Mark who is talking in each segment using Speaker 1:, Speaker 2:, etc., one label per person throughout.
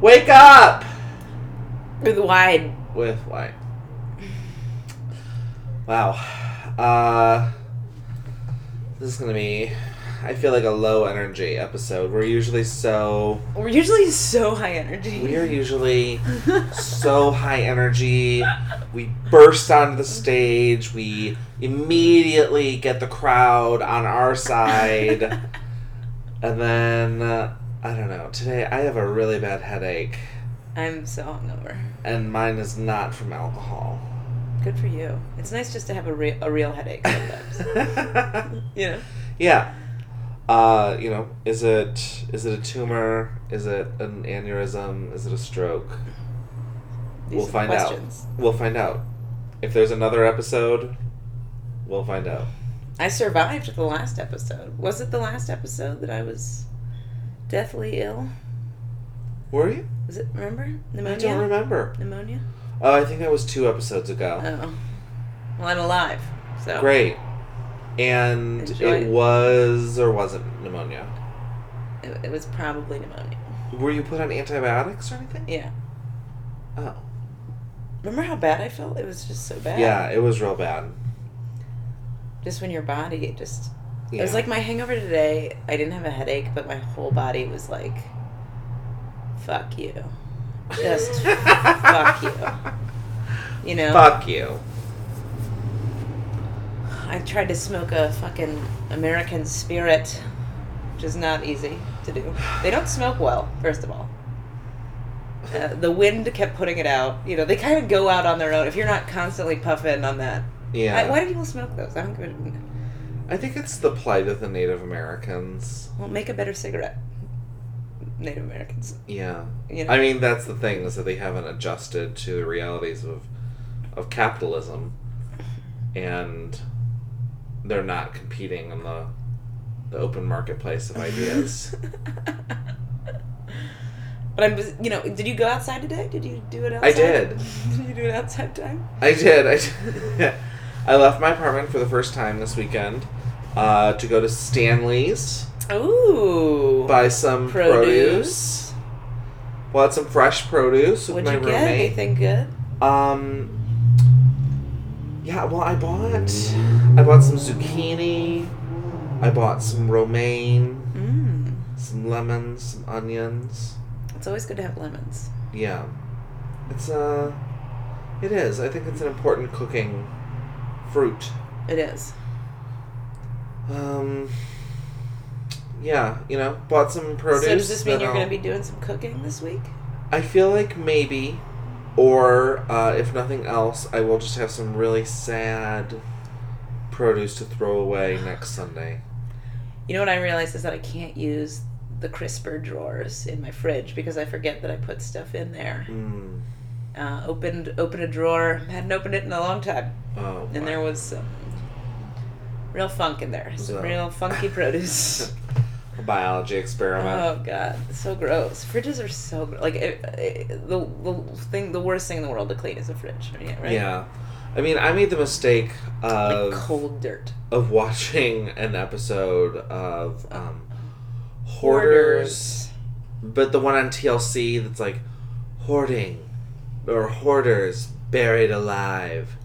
Speaker 1: Wake up!
Speaker 2: With wide.
Speaker 1: With white. Wow. Uh, this is going to be, I feel like, a low energy episode. We're usually so.
Speaker 2: We're usually so high energy.
Speaker 1: We are usually so high energy. We burst onto the stage. We immediately get the crowd on our side. and then, uh, I don't know. Today, I have a really bad headache,
Speaker 2: I'm so hungover.
Speaker 1: and mine is not from alcohol.
Speaker 2: Good for you. It's nice just to have a, re- a real headache sometimes. you know?
Speaker 1: yeah. Uh, you know, is it is it a tumor? Is it an aneurysm? Is it a stroke?
Speaker 2: These
Speaker 1: we'll
Speaker 2: are the
Speaker 1: find
Speaker 2: questions.
Speaker 1: out. We'll find out. If there's another episode, we'll find out.
Speaker 2: I survived the last episode. Was it the last episode that I was deathly ill?
Speaker 1: Were you?
Speaker 2: Was it, remember? Pneumonia?
Speaker 1: I don't remember.
Speaker 2: Pneumonia?
Speaker 1: Oh, I think that was two episodes ago.
Speaker 2: Oh. Well, I'm alive. So.
Speaker 1: Great. And
Speaker 2: Enjoy.
Speaker 1: it was or wasn't pneumonia.
Speaker 2: It, it was probably pneumonia.
Speaker 1: Were you put on antibiotics or anything?
Speaker 2: Yeah.
Speaker 1: Oh.
Speaker 2: Remember how bad I felt? It was just so bad.
Speaker 1: Yeah, it was real bad.
Speaker 2: Just when your body, it just.
Speaker 1: Yeah.
Speaker 2: It was like my hangover today. I didn't have a headache, but my whole body was like, "Fuck you," just fuck you. you know.
Speaker 1: Fuck you.
Speaker 2: I tried to smoke a fucking American Spirit, which is not easy to do. They don't smoke well, first of all. Uh, the wind kept putting it out. You know, they kind of go out on their own if you're not constantly puffing on that.
Speaker 1: Yeah.
Speaker 2: I, why do people smoke those? I don't give a.
Speaker 1: I think it's the plight of the Native Americans.
Speaker 2: Well, make a better cigarette. Native Americans.
Speaker 1: Yeah.
Speaker 2: You know?
Speaker 1: I mean, that's the thing is that they haven't adjusted to the realities of of capitalism, and they're not competing in the the open marketplace of ideas.
Speaker 2: But I'm, just- you know, did you go outside today? Did you do it outside?
Speaker 1: I did.
Speaker 2: Did you do it outside time?
Speaker 1: I did. I did. I left my apartment for the first time this weekend uh, to go to Stanley's
Speaker 2: Ooh.
Speaker 1: buy some produce.
Speaker 2: Produce.
Speaker 1: Bought some fresh produce with
Speaker 2: What'd
Speaker 1: my
Speaker 2: you
Speaker 1: roommate.
Speaker 2: get? Anything good?
Speaker 1: Um. Yeah, well, I bought I bought some zucchini. I bought some romaine,
Speaker 2: Mmm.
Speaker 1: some lemons, some onions.
Speaker 2: It's always good to have lemons.
Speaker 1: Yeah, it's uh, it is. I think it's an important cooking fruit.
Speaker 2: It is.
Speaker 1: Um. Yeah, you know, bought some produce.
Speaker 2: so does this mean
Speaker 1: that
Speaker 2: you're
Speaker 1: I'll-
Speaker 2: going to be doing some cooking this week?
Speaker 1: I feel like maybe, or uh, if nothing else, I will just have some really sad produce to throw away next Sunday.
Speaker 2: You know what I realized is that I can't use the crisper drawers in my fridge because I forget that I put stuff in there.
Speaker 1: Mm.
Speaker 2: Uh, opened opened a drawer, hadn't opened it in a long time,
Speaker 1: Oh,
Speaker 2: and there was some real funk in there. Some
Speaker 1: So-
Speaker 2: real funky produce.
Speaker 1: a biology experiment.
Speaker 2: Oh god, so gross. Fridges are so gr- like it, it, the the thing, the worst thing in the world to clean is a fridge. Yeah, right.
Speaker 1: Yeah, I mean, I made the mistake
Speaker 2: Like
Speaker 1: of
Speaker 2: cold dirt.
Speaker 1: of watching an episode of um, Hoarders. But the one on TLC that's like hoarding or hoarders buried alive.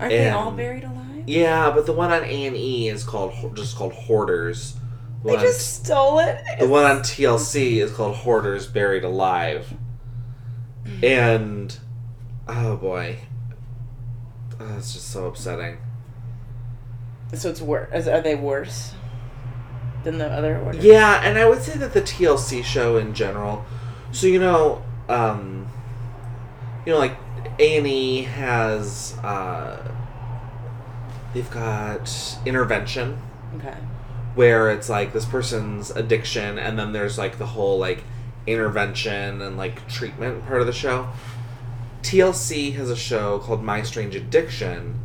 Speaker 2: Aren't they all
Speaker 1: And-
Speaker 2: buried alive?
Speaker 1: Yeah, but the one on A and E is called just called Hoarders. The
Speaker 2: They
Speaker 1: one,
Speaker 2: just stole it.
Speaker 1: on, the one on TLC is called Hoarders Buried Alive. And oh boy, oh, it's just so upsetting.
Speaker 2: So it's worse. Are they worse than the other hoarders?
Speaker 1: Yeah, and I would say that the TLC show in general. So you know, um, you know, like A and E has uh, they've got intervention.
Speaker 2: Okay.
Speaker 1: where it's like this person's addiction and then there's like the whole like intervention and like treatment part of the show. TLC has a show called My Strange Addiction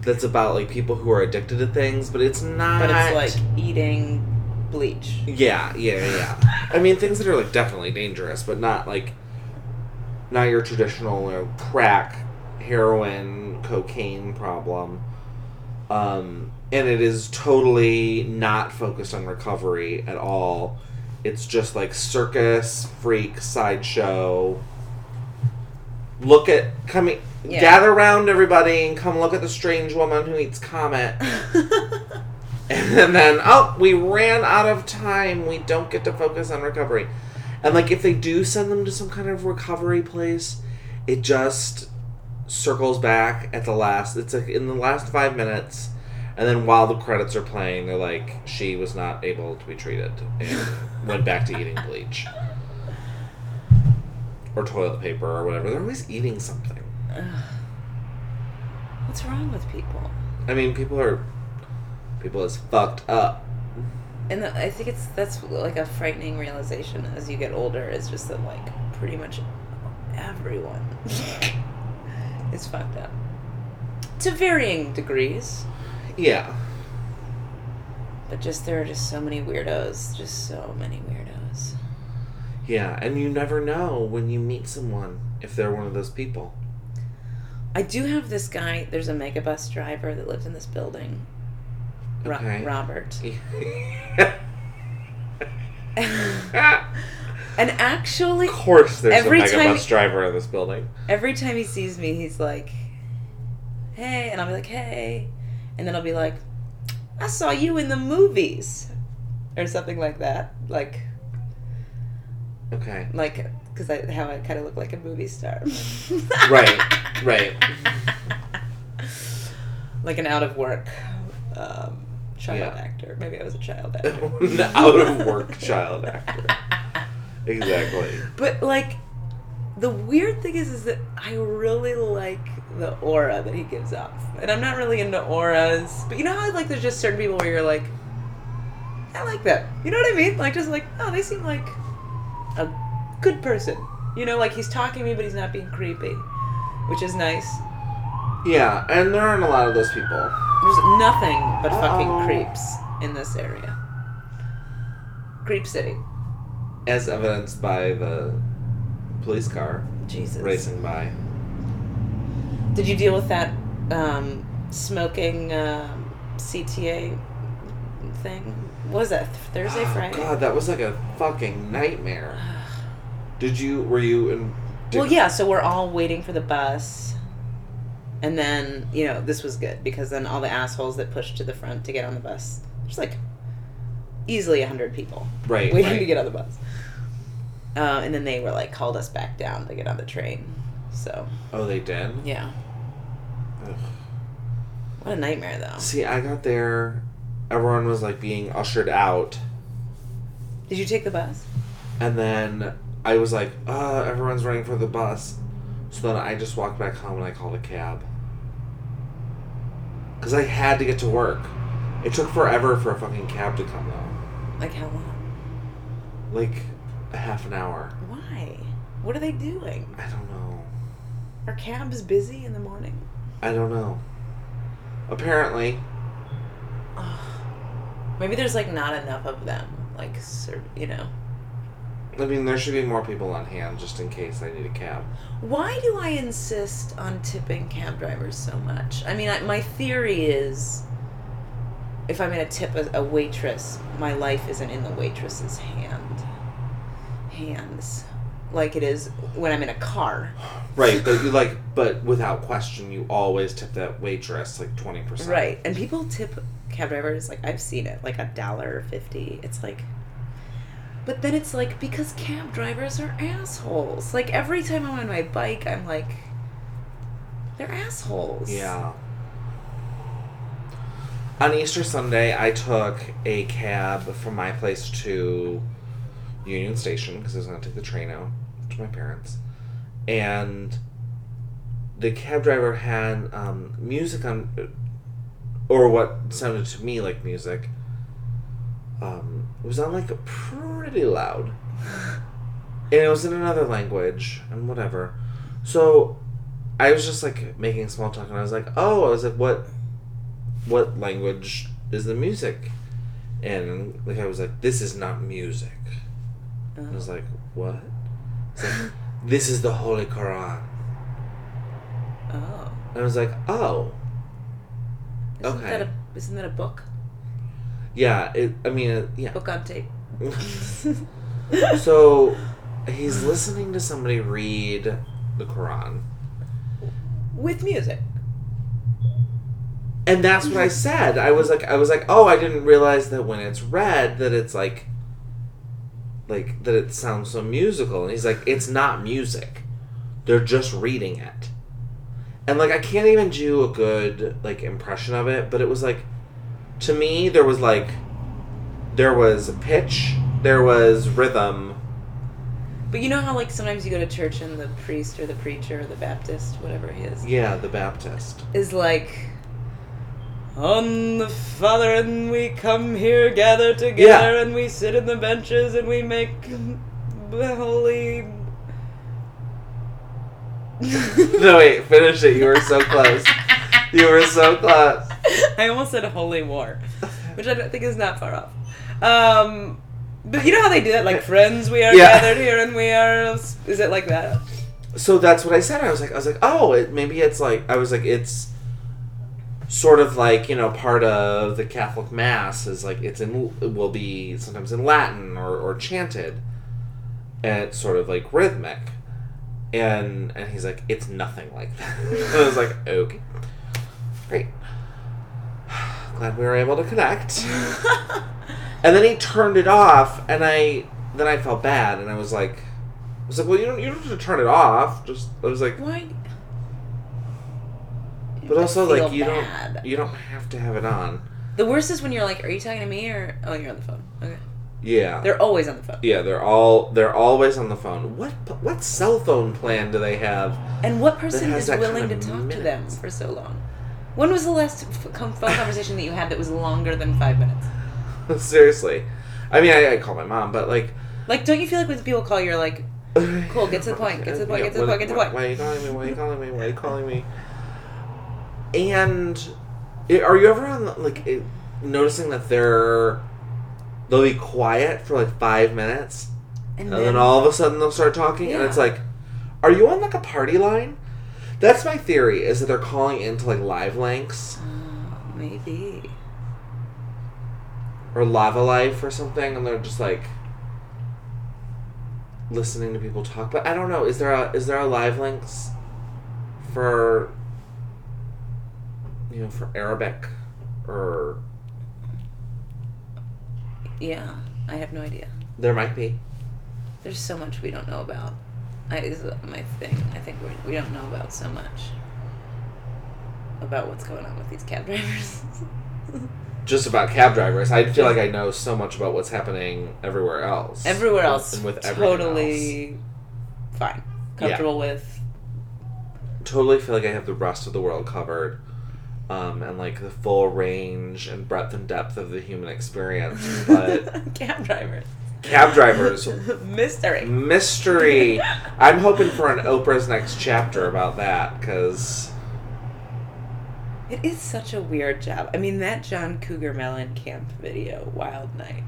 Speaker 1: that's about like people who are addicted to things, but it's not
Speaker 2: But it's like eating bleach.
Speaker 1: Yeah, yeah, yeah. I mean things that are like definitely dangerous, but not like not your traditional you know, crack, heroin, cocaine problem. Um, and it is totally not focused on recovery at all. It's just like circus, freak, sideshow. Look at coming.
Speaker 2: Yeah.
Speaker 1: Gather around everybody and come look at the strange woman who eats comet. And then, oh, we ran out of time. We don't get to focus on recovery. And like, if they do send them to some kind of recovery place, it just circles back at the last. It's like in the last five minutes, and then while the credits are playing, they're like, she was not able to be treated and went back to eating bleach or toilet paper or whatever. They're always eating something.
Speaker 2: What's wrong with people?
Speaker 1: I mean, people are people is fucked up.
Speaker 2: And the, I think it's that's like a frightening realization as you get older is just that like pretty much everyone is fucked up to varying degrees,
Speaker 1: Yeah.
Speaker 2: but just there are just so many weirdos, just so many weirdos.
Speaker 1: Yeah, and you never know when you meet someone if they're one of those people.
Speaker 2: I do have this guy. There's a megabus driver that lives in this building. Ro-
Speaker 1: Okay.
Speaker 2: Robert. and
Speaker 1: of
Speaker 2: actually,
Speaker 1: course, there's
Speaker 2: Every
Speaker 1: a megabus
Speaker 2: time-
Speaker 1: driver in this building.
Speaker 2: every time he sees me, he's like, "Hey," and I'll be like, "Hey," and then I'll be like, "I saw you in the movies," or something like that. Like,
Speaker 1: Okay.
Speaker 2: like, because I how I kind of look like a movie star.
Speaker 1: Right, right.
Speaker 2: like an out of work um, child
Speaker 1: Yeah.
Speaker 2: actor. Maybe I was a child actor.
Speaker 1: An out of work child actor. Exactly.
Speaker 2: But like, the weird thing is, is that I really like the aura that he gives off, and I'm not really into auras. But you know how like there's just certain people where you're like, I like them. You know what I mean? Like just like, oh, they seem like a good person. You know, like he's talking to me, but he's not being creepy, which is nice.
Speaker 1: Yeah, and there aren't a lot of those people.
Speaker 2: There's nothing but
Speaker 1: Uh-oh.
Speaker 2: fucking creeps in this area. Creep City.
Speaker 1: As evidenced by the police car
Speaker 2: Jesus.
Speaker 1: racing by.
Speaker 2: Did you deal with that um, smoking um, CTA thing? What was that Thursday,
Speaker 1: Oh,
Speaker 2: Friday?
Speaker 1: God, that was like a fucking nightmare. Did you, were you in. did-
Speaker 2: well, yeah. So we're all waiting for the bus, and then you know this was good because then all the assholes that pushed to the front to get on the bus, there's like easily hundred people
Speaker 1: Right.
Speaker 2: waiting
Speaker 1: right.
Speaker 2: to get on the bus, uh, and then they were like called us back down to get on the train. So
Speaker 1: Oh, they did?
Speaker 2: yeah,
Speaker 1: Ugh.
Speaker 2: what a nightmare though.
Speaker 1: See, I got there. Everyone was like being ushered out,
Speaker 2: Did you take the bus?
Speaker 1: and then I was like, "Uh, everyone's running for the bus." So then I just walked back home and I called a cab because I had to get to work. It took forever for a fucking cab to come though,
Speaker 2: Like how long?
Speaker 1: like a half an hour.
Speaker 2: Why? What are they doing?
Speaker 1: I don't know.
Speaker 2: Are cabs busy in the morning?
Speaker 1: I don't know. Apparently,
Speaker 2: Maybe there's like not enough of them. Like, ser- you know.
Speaker 1: I mean, there should be more people on hand just in case I need a cab.
Speaker 2: Why do I insist on tipping cab drivers so much? I mean, I, my theory is if I'm going to tip a, a waitress, my life isn't in the waitress's hand. Hands. Like it is when I'm in a car.
Speaker 1: Right, but you like, but without question, you always tip that waitress like twenty percent.
Speaker 2: Right. And people tip cab drivers like I've seen it, like a dollar fifty. It's like But then it's like because cab drivers are assholes. Like every time I'm on my bike I'm like they're assholes.
Speaker 1: Yeah. On Easter Sunday, I took a cab from my place to Union Station because I was going to take the train out to my parents. And the cab driver had um, music on, or what sounded to me like music. Um, it was on like pretty loud. And it was in another language and whatever. So I was just like making small talk, and I was like, "Oh, I was like, what, what language is the music?" And like I was like, "This is not music." And
Speaker 2: Uh,
Speaker 1: I was like, "What?" It's like, "This is the Holy Quran."
Speaker 2: Oh.
Speaker 1: And I was like, "Oh,
Speaker 2: Isn't
Speaker 1: Okay.
Speaker 2: that a isn't that a book?
Speaker 1: yeah." It. I mean, it, yeah.
Speaker 2: Book on tape.
Speaker 1: so he's listening to somebody read the Quran.
Speaker 2: with music.
Speaker 1: And that's what I said. I was like I was like, "Oh, I didn't realize that when it's read that it's like like that it sounds so musical." And he's like, "It's not music. They're just reading it." And like I can't even do a good like impression of it, but it was like to me there was like there was pitch, there was rhythm,
Speaker 2: But you know how like sometimes you go to church and the priest or the preacher or the Baptist, whatever he is,
Speaker 1: yeah, the Baptist.
Speaker 2: is like on the Father and we come here, gather together, and we sit in the benches and we make holy.
Speaker 1: No, wait, finish it. You were so close. You were so close.
Speaker 2: I almost said holy war, which I don't think is not far off. Um, but you know how they do that, like friends, we are
Speaker 1: Yeah.
Speaker 2: gathered here and we are. Is it like that?
Speaker 1: So that's what I said. I was like, I was like, oh, it, maybe it's like, I was like, it's sort of like you know part of the Catholic Mass is like it's in it will be sometimes in Latin or or chanted, and it's sort of like rhythmic, and and he's like, it's nothing like that. and I was like, okay, great. Glad we were able to connect. And then he turned it off, and I then I felt bad, and I was like, I was like, well, you don't you don't have to turn it off. Just I was like,
Speaker 2: Why?
Speaker 1: but also
Speaker 2: feel
Speaker 1: like you
Speaker 2: bad.
Speaker 1: don't you don't have to have it on.
Speaker 2: The worst is when you're like, "Are you talking to me or?" Oh, you're on the phone. Okay,
Speaker 1: Yeah,
Speaker 2: they're always on the phone.
Speaker 1: Uh, yeah, they're all they're always on the phone. What what cell phone plan do they have?
Speaker 2: And what person
Speaker 1: has
Speaker 2: is
Speaker 1: that kind
Speaker 2: willing to
Speaker 1: of
Speaker 2: talk to them
Speaker 1: minutes.
Speaker 2: for so long? When was the last f- com- phone conversation that you had that was longer than five minutes?
Speaker 1: Seriously, I mean, I, I call my mom, but like,
Speaker 2: Like, don't you feel like when people call, you're like,
Speaker 1: cool,
Speaker 2: get to the point, get to the point, get to the point, get to the point.
Speaker 1: Why are you calling me? Why are you calling me? Why are you calling me? And i- are you ever on the- like it, noticing that they're they'll be quiet for like five minutes and then all of a sudden they'll start talking and it's
Speaker 2: Yeah.
Speaker 1: like are you on like a party line that's my theory is that they're calling into like live links
Speaker 2: Oh, maybe.
Speaker 1: or lava life or something and they're just like listening to people talk but i don't know is there a is there a live links for you know for arabic or
Speaker 2: Yeah, I have no idea.
Speaker 1: there might be
Speaker 2: There's so much we don't know about. I, is my thing. I think we, we don't know about so much about what's going on with these cab drivers.
Speaker 1: just about cab drivers i feel like i know so much about what's happening everywhere else
Speaker 2: Everywhere else,
Speaker 1: And with everything
Speaker 2: totally fine, comfortable with.
Speaker 1: totally feel like I have the rest of the world covered. Um, and like the full range and breadth and depth of the human experience. But
Speaker 2: cab drivers.
Speaker 1: cab drivers,
Speaker 2: Mystery.
Speaker 1: mystery. I'm hoping for an Oprah's next chapter about that because
Speaker 2: It is such a weird job. I mean, that John Cougar Mellencamp video, Wild Night,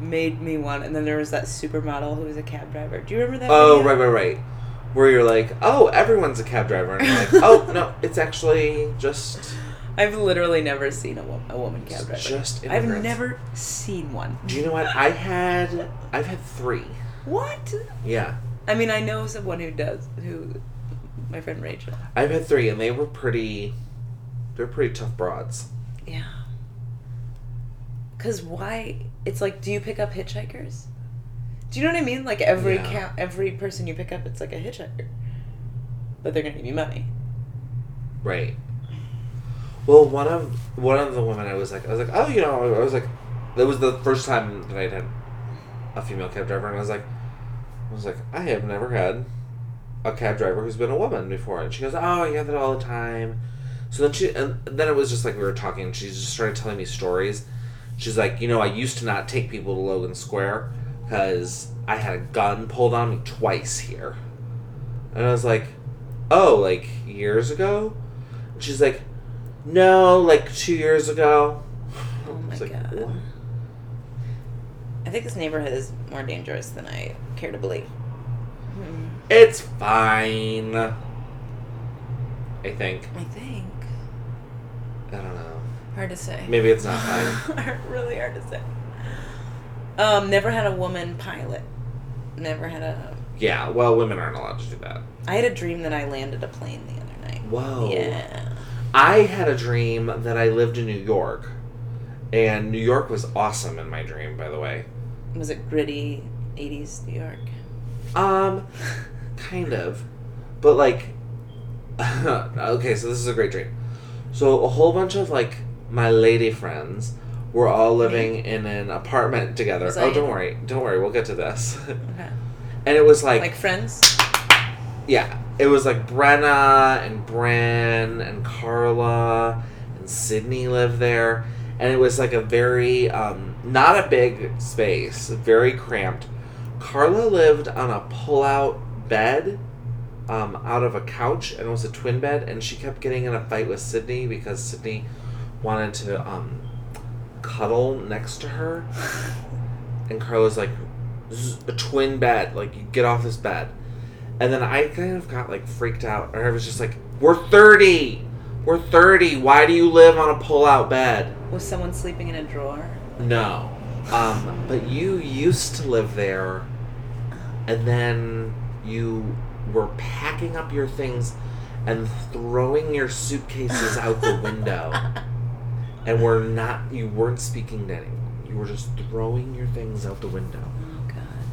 Speaker 2: made me want. And then there was that supermodel who was a cab driver. Do you remember that?
Speaker 1: oh
Speaker 2: video?
Speaker 1: right right right, where you're like oh everyone's a cab driver and you're like oh no it's actually just
Speaker 2: I've literally never seen a, wo- a woman cab driver.
Speaker 1: just
Speaker 2: I've
Speaker 1: immigrants.
Speaker 2: never seen one.
Speaker 1: Do you know what I had? I've had three.
Speaker 2: What?
Speaker 1: Yeah.
Speaker 2: I mean, I know someone who does. Who, my friend Rachel.
Speaker 1: I've had three, and they were pretty. They're pretty tough broads.
Speaker 2: Yeah. Cause why? It's like, do you pick up hitchhikers? Do you know what I mean? Like every
Speaker 1: Yeah.
Speaker 2: count, every person you pick up, it's like a hitchhiker. But they're gonna give you money.
Speaker 1: Right. Well, one of one of the women I was like, I was like, oh, you know, I was like, that was the first time that I'd had a female cab driver, and I was like, I was like, I have never had a cab driver who's been a woman before, and she goes, oh, I get that all the time. So then she, and then it was just like we were talking, and she just started telling me stories. She's like, you know, I used to not take people to Logan Square because I had a gun pulled on me twice here, and I was like, oh, like years ago. And she's like, no, like two years ago.
Speaker 2: Oh
Speaker 1: I
Speaker 2: my
Speaker 1: was like,
Speaker 2: god.
Speaker 1: "What?"
Speaker 2: I think this neighborhood is more dangerous than I care to believe. Hmm,
Speaker 1: It's fine. I think.
Speaker 2: I think.
Speaker 1: I don't know.
Speaker 2: Hard to say.
Speaker 1: Maybe it's not fine.
Speaker 2: really hard to say. Um, never had a woman pilot. Never had a.
Speaker 1: Yeah, well, women aren't allowed to do that.
Speaker 2: I had a dream that I landed a plane the other night.
Speaker 1: Whoa.
Speaker 2: Yeah.
Speaker 1: I had a dream that I lived in New York. And New York was awesome in my dream, by the way.
Speaker 2: Was it gritty '80s New York?
Speaker 1: Um, kind of. But, like, okay, so this is a great dream. So, a whole bunch of, like, my lady friends were all living in an apartment together.
Speaker 2: Was I
Speaker 1: oh,
Speaker 2: in
Speaker 1: don't
Speaker 2: it?
Speaker 1: worry. Don't worry. We'll get to this.
Speaker 2: Okay.
Speaker 1: and it was like
Speaker 2: Like Friends.
Speaker 1: Yeah, it was like Brenna and Bran and Carla and Sydney lived there, and it was like a very um, not a big space, very cramped. Carla lived on a pull-out bed, um, out of a couch, and it was a twin bed, and she kept getting in a fight with Sydney because Sydney wanted to um, cuddle next to her, and Carla's like, "This is a twin bed, like you get off this bed." And then I kind of got like freaked out, or I was just like, "We're thirty, we're thirty. Why do you live on a pull-out bed?"
Speaker 2: Was someone sleeping in a drawer?
Speaker 1: No, um, but you used to live there, and then you were packing up your things and throwing your suitcases out the window,
Speaker 2: Oh,
Speaker 1: and were not you weren't speaking to anyone. You were just throwing your things out the window.
Speaker 2: Oh God.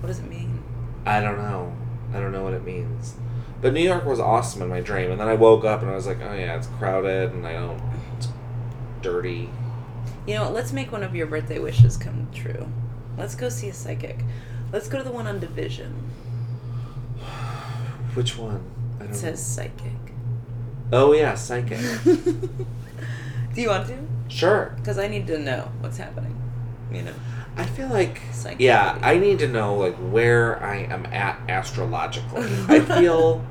Speaker 2: What does it mean?
Speaker 1: I don't know. I don't know what it means. But New York was awesome in my dream, and then I woke up and I was like, oh yeah, it's crowded and I don't. It's dirty.
Speaker 2: You know, what, let's make one of your birthday wishes come true. Let's go see a psychic. Let's go to the one on Division.
Speaker 1: Which one? I don't
Speaker 2: It says psychic.
Speaker 1: Oh yeah, psychic.
Speaker 2: Do you want to?
Speaker 1: sure.
Speaker 2: Because I need to know what's happening. You know.
Speaker 1: I feel like.
Speaker 2: Psychic.
Speaker 1: Yeah, I need to know like where I am at astrologically. I feel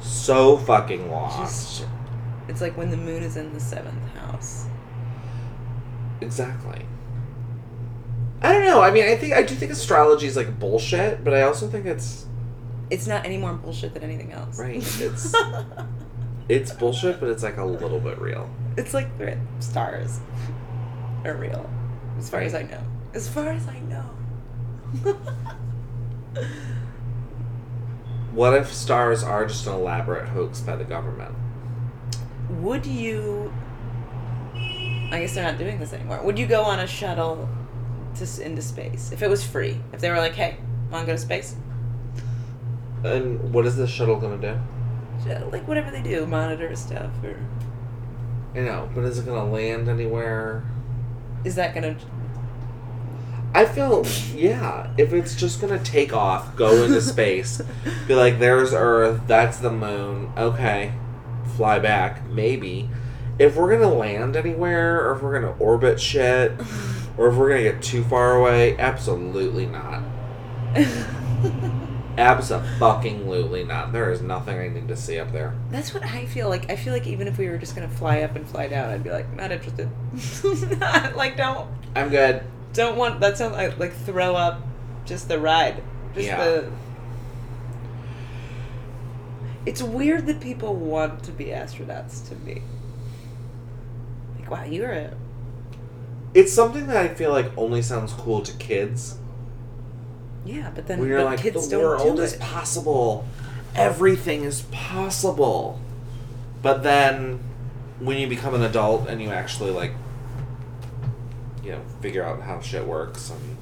Speaker 1: so fucking lost.
Speaker 2: Just, it's like when the moon is in the seventh house.
Speaker 1: Exactly. I don't know. I mean, I think I do think astrology is like bullshit, but I also think it's
Speaker 2: It's not any more bullshit than anything else.
Speaker 1: Right, it's- it's bullshit, but it's like a little bit real.
Speaker 2: it's like the stars are real, as far as I know. As far as I know.
Speaker 1: What if stars are just an elaborate hoax by the government?
Speaker 2: Would you? I guess they're not doing this anymore. Would you go on a shuttle to s- into space if it was free? If they were like, "Hey, want to go to space?"
Speaker 1: And what is the shuttle gonna
Speaker 2: Shuttle, Like whatever they do, monitor stuff, or
Speaker 1: do? You know, but is it gonna land anywhere?
Speaker 2: is that gonna?
Speaker 1: I feel, yeah, if it's just gonna take off, go into space, be like, there's Earth, that's the moon, okay, fly back, maybe. If we're gonna land anywhere, or if we're gonna orbit shit, or if we're gonna get too far away, absolutely not. Absolutely not. There is nothing I need to see up there.
Speaker 2: That's what I feel like. I feel like even if we were just gonna fly up and fly down, I'd be like, not interested. Not- like don't
Speaker 1: I'm good.
Speaker 2: don't want. That sounds like like throw up, just the ride, just
Speaker 1: Yeah.
Speaker 2: the. It's weird that people want to be astronauts to me. Like wow, you're a
Speaker 1: It's something that I feel like only sounds cool to kids.
Speaker 2: yeah, but then
Speaker 1: When you're
Speaker 2: but
Speaker 1: like,
Speaker 2: kids
Speaker 1: the
Speaker 2: don't
Speaker 1: world
Speaker 2: do
Speaker 1: is
Speaker 2: it.
Speaker 1: possible. Everything is possible. But then when you become an adult and you actually like you know, figure out how shit works and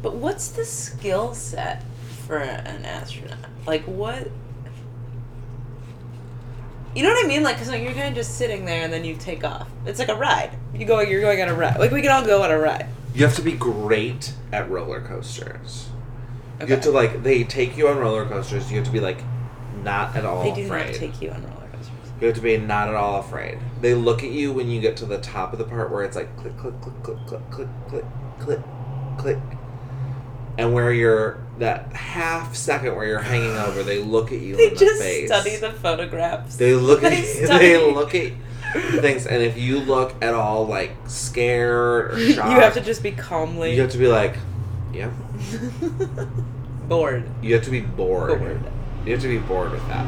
Speaker 2: But what's the skill set for an astronaut? Like what? You know what I mean? Like, 'cause, like you're kind of just sitting there and then you take off. It's like a ride. You go. You're going on a ride. Like we can all go on a ride.
Speaker 1: you have to be great at roller coasters.
Speaker 2: Okay.
Speaker 1: You have to like they take you on roller coasters, you have to be like not at all
Speaker 2: they do
Speaker 1: afraid.
Speaker 2: not take you on roller coasters.
Speaker 1: You have to be not at all afraid. They look at you when you get to the top of the part where it's like click, click, click, click, click, click, click, click, click. And where you're, that half second where you're hanging over, they look at you
Speaker 2: They
Speaker 1: in
Speaker 2: just
Speaker 1: the face.
Speaker 2: study the photographs.
Speaker 1: They look at
Speaker 2: They
Speaker 1: you,
Speaker 2: study.
Speaker 1: they look at things. And if you look at all like scared or
Speaker 2: you
Speaker 1: shocked,
Speaker 2: have to just be calmly
Speaker 1: you have to be like, yeah.
Speaker 2: bored.
Speaker 1: You have to be bored.
Speaker 2: Bored.
Speaker 1: You have to be bored with that.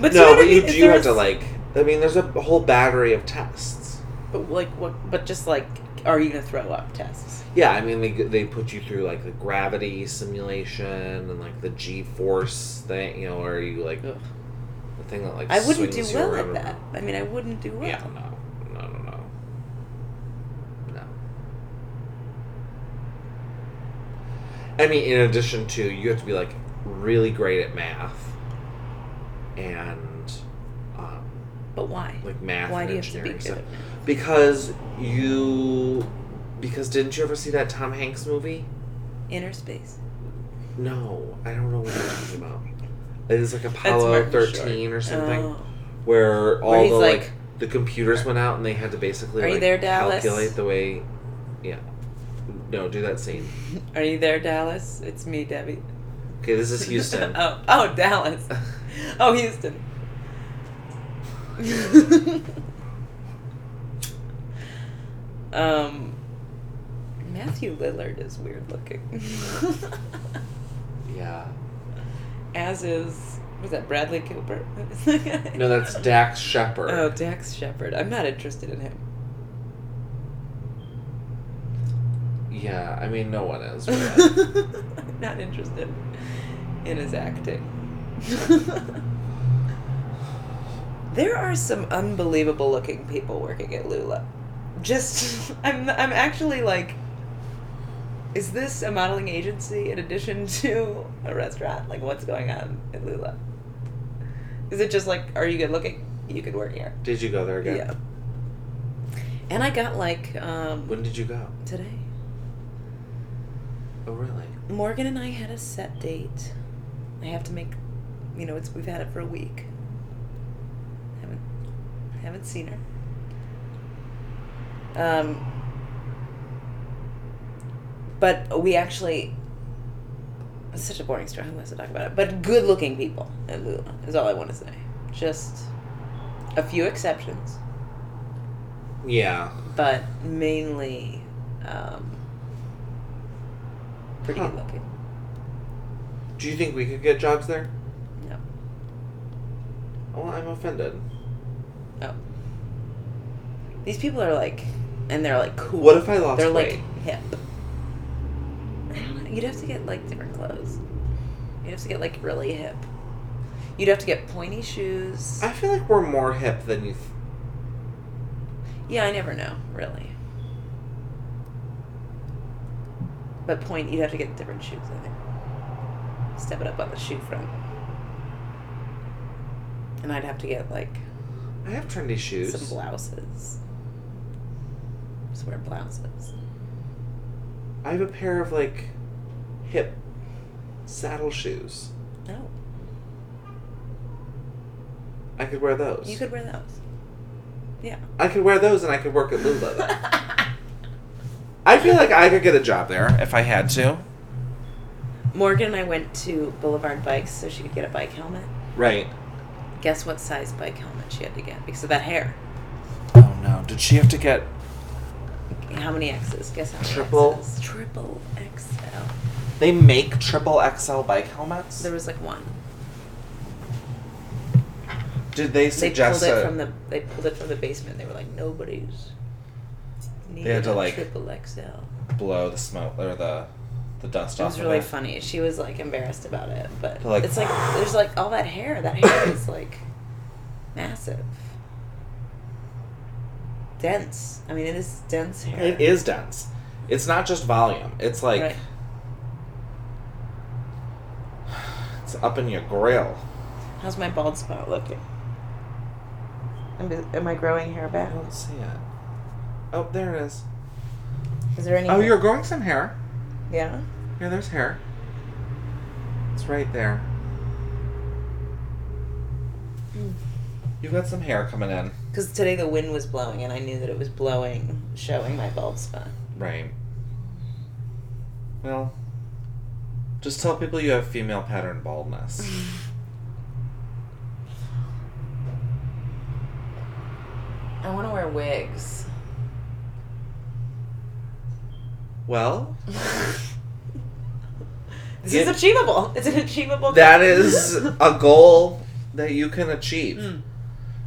Speaker 2: But you know
Speaker 1: no,
Speaker 2: what I
Speaker 1: but you
Speaker 2: mean? If
Speaker 1: do have
Speaker 2: there's-
Speaker 1: to like, I mean, there's a whole battery of tests.
Speaker 2: But like what? But just like are you going to throw up tests.
Speaker 1: Yeah, I mean they they put you through like the gravity simulation and like the G force thing, you know, or you like
Speaker 2: Ugh.
Speaker 1: the thing that like
Speaker 2: I wouldn't do
Speaker 1: swings you
Speaker 2: well at
Speaker 1: around.
Speaker 2: that. I mean, I wouldn't do well.
Speaker 1: Yeah, no, no, no, no, no. I mean, in addition to you have to be like really great at math and um,
Speaker 2: But why?
Speaker 1: like math.
Speaker 2: Why
Speaker 1: and
Speaker 2: do you have to be
Speaker 1: engineering
Speaker 2: good?
Speaker 1: stuff. Because you. Because didn't you ever see that Tom Hanks movie?
Speaker 2: Inner space.
Speaker 1: No, I don't know what you're talking about. It was like Apollo
Speaker 2: Martin Short.
Speaker 1: thirteen or something,
Speaker 2: Oh.
Speaker 1: where all
Speaker 2: Where he's
Speaker 1: the like,
Speaker 2: like,
Speaker 1: the computers went out and they had to basically
Speaker 2: Are you
Speaker 1: like,
Speaker 2: there, Dallas?
Speaker 1: calculate the way. Yeah. No, do that scene.
Speaker 2: "Are you there, Dallas? It's me, Debbie."
Speaker 1: Okay, this is Houston.
Speaker 2: oh, oh, Dallas. Oh, Houston. um, Matthew Lillard is weird looking.
Speaker 1: yeah.
Speaker 2: As is was that Bradley Cooper?
Speaker 1: No, that's Dax Shepard.
Speaker 2: Oh, Dax Shepard. I'm not interested in him.
Speaker 1: Yeah, I mean, no one is. but-
Speaker 2: I'm not interested in his acting. there are some unbelievable looking people working at Lula. Just I'm I'm actually like is this a modeling agency in addition to a restaurant? Like what's going on at Lula? Is it just like are you good looking? You could work here.
Speaker 1: Did you go there again?
Speaker 2: Yeah. And I got like um
Speaker 1: When did you go?
Speaker 2: today
Speaker 1: Oh, really?
Speaker 2: Morgan and I had a set date. I have to make, you know, it's we've had it for a week. Haven't haven't seen her. Um. But we actually. It's such a boring story. I'm to talk about it. But good-looking people at Lula is all I want to say. Just a few exceptions
Speaker 1: Yeah.
Speaker 2: but mainly um, pretty
Speaker 1: Huh.
Speaker 2: good looking.
Speaker 1: Do you think we could get jobs there?
Speaker 2: No.
Speaker 1: Well, I'm offended.
Speaker 2: Oh. These people are like, and they're like cool.
Speaker 1: What if I lost
Speaker 2: They're
Speaker 1: weight?
Speaker 2: like hip. I don't know. You'd have to get like different clothes. You'd have to get like really hip. You'd have to get pointy shoes.
Speaker 1: I feel like we're more hip than you. Th-
Speaker 2: yeah, I never know really. But point, you'd have to get different shoes. I think. Step it up on the shoe front. And I'd have to get like
Speaker 1: I have trendy shoes.
Speaker 2: Some blouses. Just wear blouses.
Speaker 1: I have a pair of like hip saddle shoes.
Speaker 2: No,
Speaker 1: I could wear those.
Speaker 2: you could wear those. Yeah.
Speaker 1: I could wear those, and I could work at Lula. though. I feel like I could get a job there if I had to.
Speaker 2: Morgan and I went to Boulevard Bikes so she could get a bike helmet.
Speaker 1: Right.
Speaker 2: Guess what size bike helmet she had to get because of that hair.
Speaker 1: Oh no! Did she have to get?
Speaker 2: How many X's? Guess how many
Speaker 1: Triple.
Speaker 2: X's? Triple XL.
Speaker 1: They make triple XL bike helmets.
Speaker 2: There was like one.
Speaker 1: Did they
Speaker 2: They pulled
Speaker 1: suggest
Speaker 2: it
Speaker 1: a-
Speaker 2: from the. They pulled it from the basement. They were like nobody's.
Speaker 1: They had to,
Speaker 2: needing a
Speaker 1: like,
Speaker 2: triple XL.
Speaker 1: blow the smoke or the the dust
Speaker 2: It
Speaker 1: off?
Speaker 2: was
Speaker 1: of
Speaker 2: really
Speaker 1: it?
Speaker 2: funny. She was like embarrassed about it, but
Speaker 1: They're like-
Speaker 2: it's like there's like all that hair. That hair is like massive, dense. I mean, it is dense hair.
Speaker 1: It is dense. It's not just volume. It's like
Speaker 2: Right.
Speaker 1: it's up in your grill.
Speaker 2: How's my bald spot looking? Am, am I growing hair
Speaker 1: I
Speaker 2: back?
Speaker 1: don't see it. Oh, there it is.
Speaker 2: Is there any?
Speaker 1: Oh, you're growing some hair.
Speaker 2: yeah.
Speaker 1: Yeah, there's hair. It's right there. You've got some hair coming in.
Speaker 2: Because today the wind was blowing, and I knew that it was blowing, showing my bald spot.
Speaker 1: Right. Well, just tell people you have female pattern baldness.
Speaker 2: I want to wear wigs.
Speaker 1: well,
Speaker 2: This
Speaker 1: It-
Speaker 2: is achievable. It's an achievable.
Speaker 1: that is a goal that you can achieve.
Speaker 2: Mm.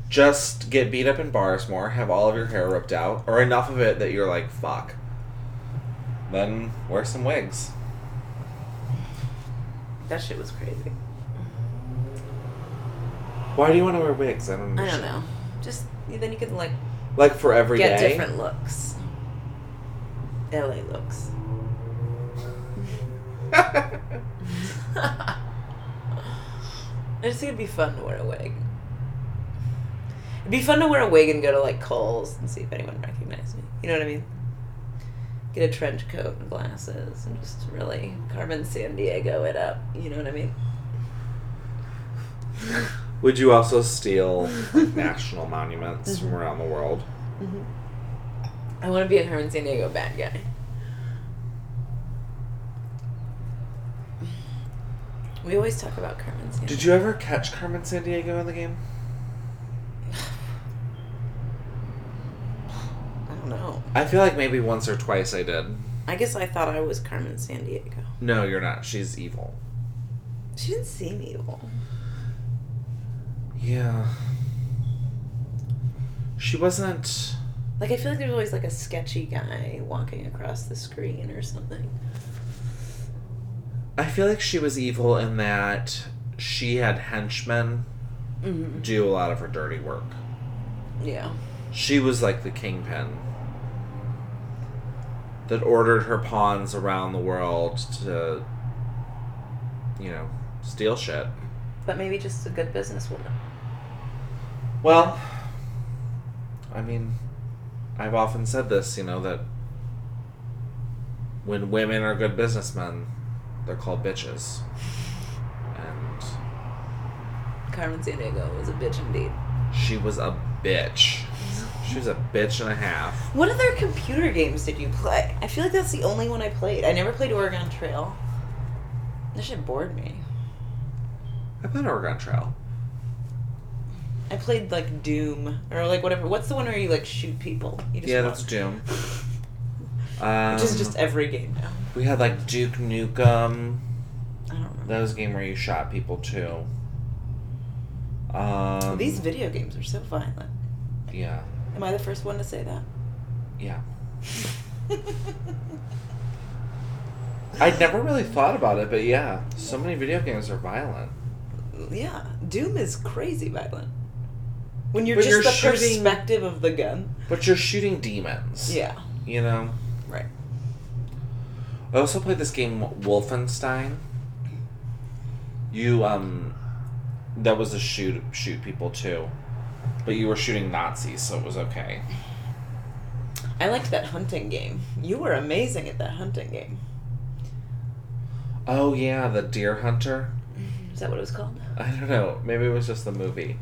Speaker 1: just get beat up in bars more, have all of your hair ripped out, or enough of it that you're like, fuck. Then wear some wigs.
Speaker 2: That shit was crazy.
Speaker 1: Why do you want to wear wigs? I don't
Speaker 2: I don't
Speaker 1: understand.
Speaker 2: know. Just then you can like
Speaker 1: Like for every day.
Speaker 2: get different looks. LA looks. I just think it'd be fun to wear a wig. It'd be fun to wear a wig and go to like Kohl's and see if anyone recognized me. You know what I mean? Get a trench coat and glasses and just really Carmen San Diego it up. You know what I mean?
Speaker 1: Would you also steal national monuments
Speaker 2: Mm-hmm.
Speaker 1: from around the world?
Speaker 2: I want to be a Carmen San Diego bad guy. We always talk about Carmen San
Speaker 1: Did you ever catch Carmen San Diego in the game?
Speaker 2: I don't know.
Speaker 1: I feel like maybe once or twice I did.
Speaker 2: I guess I thought I was Carmen San Diego.
Speaker 1: No, you're not. She's evil.
Speaker 2: She didn't seem evil.
Speaker 1: Yeah. She wasn't.
Speaker 2: Like I feel like there's always like a sketchy guy walking across the screen or something.
Speaker 1: I feel like she was evil in that she had henchmen
Speaker 2: Mm-hmm.
Speaker 1: do a lot of her dirty work.
Speaker 2: Yeah.
Speaker 1: She was like the kingpin that ordered her pawns around the world to, you know, steal shit.
Speaker 2: But maybe just a good businesswoman.
Speaker 1: Well, I mean, I've often said this, you know, that when women are good businessmen, they're called bitches. And
Speaker 2: Carmen San Diego was a bitch indeed.
Speaker 1: she was a bitch. She was a bitch and a half.
Speaker 2: What other computer games did you play? I feel like that's the only one I played. I never played Oregon Trail. That shit bored me.
Speaker 1: I played Oregon Trail.
Speaker 2: I played like Doom or like whatever. What's the one where you like shoot people? You
Speaker 1: yeah,
Speaker 2: walk.
Speaker 1: that's Doom.
Speaker 2: Which
Speaker 1: Um,
Speaker 2: is just every game now.
Speaker 1: we had like Duke Nukem.
Speaker 2: I don't remember.
Speaker 1: That was a game where you shot people too. Um,
Speaker 2: These video games are so violent.
Speaker 1: Yeah,
Speaker 2: Am I the first one to say that?
Speaker 1: yeah. I'd never really thought about it, but yeah, so many video games are violent.
Speaker 2: yeah, Doom is crazy violent. When you're
Speaker 1: But
Speaker 2: just
Speaker 1: you're
Speaker 2: the
Speaker 1: shooting-
Speaker 2: perspective of the gun.
Speaker 1: But you're shooting demons.
Speaker 2: Yeah.
Speaker 1: You know?
Speaker 2: Right.
Speaker 1: I also played this game Wolfenstein. You um that was a shoot shoot people too. But you were shooting Nazis, so it was okay.
Speaker 2: I liked that hunting game. You were amazing at that hunting game.
Speaker 1: Oh yeah, the deer hunter.
Speaker 2: Is that what it was called?
Speaker 1: I don't know. Maybe it was just the movie.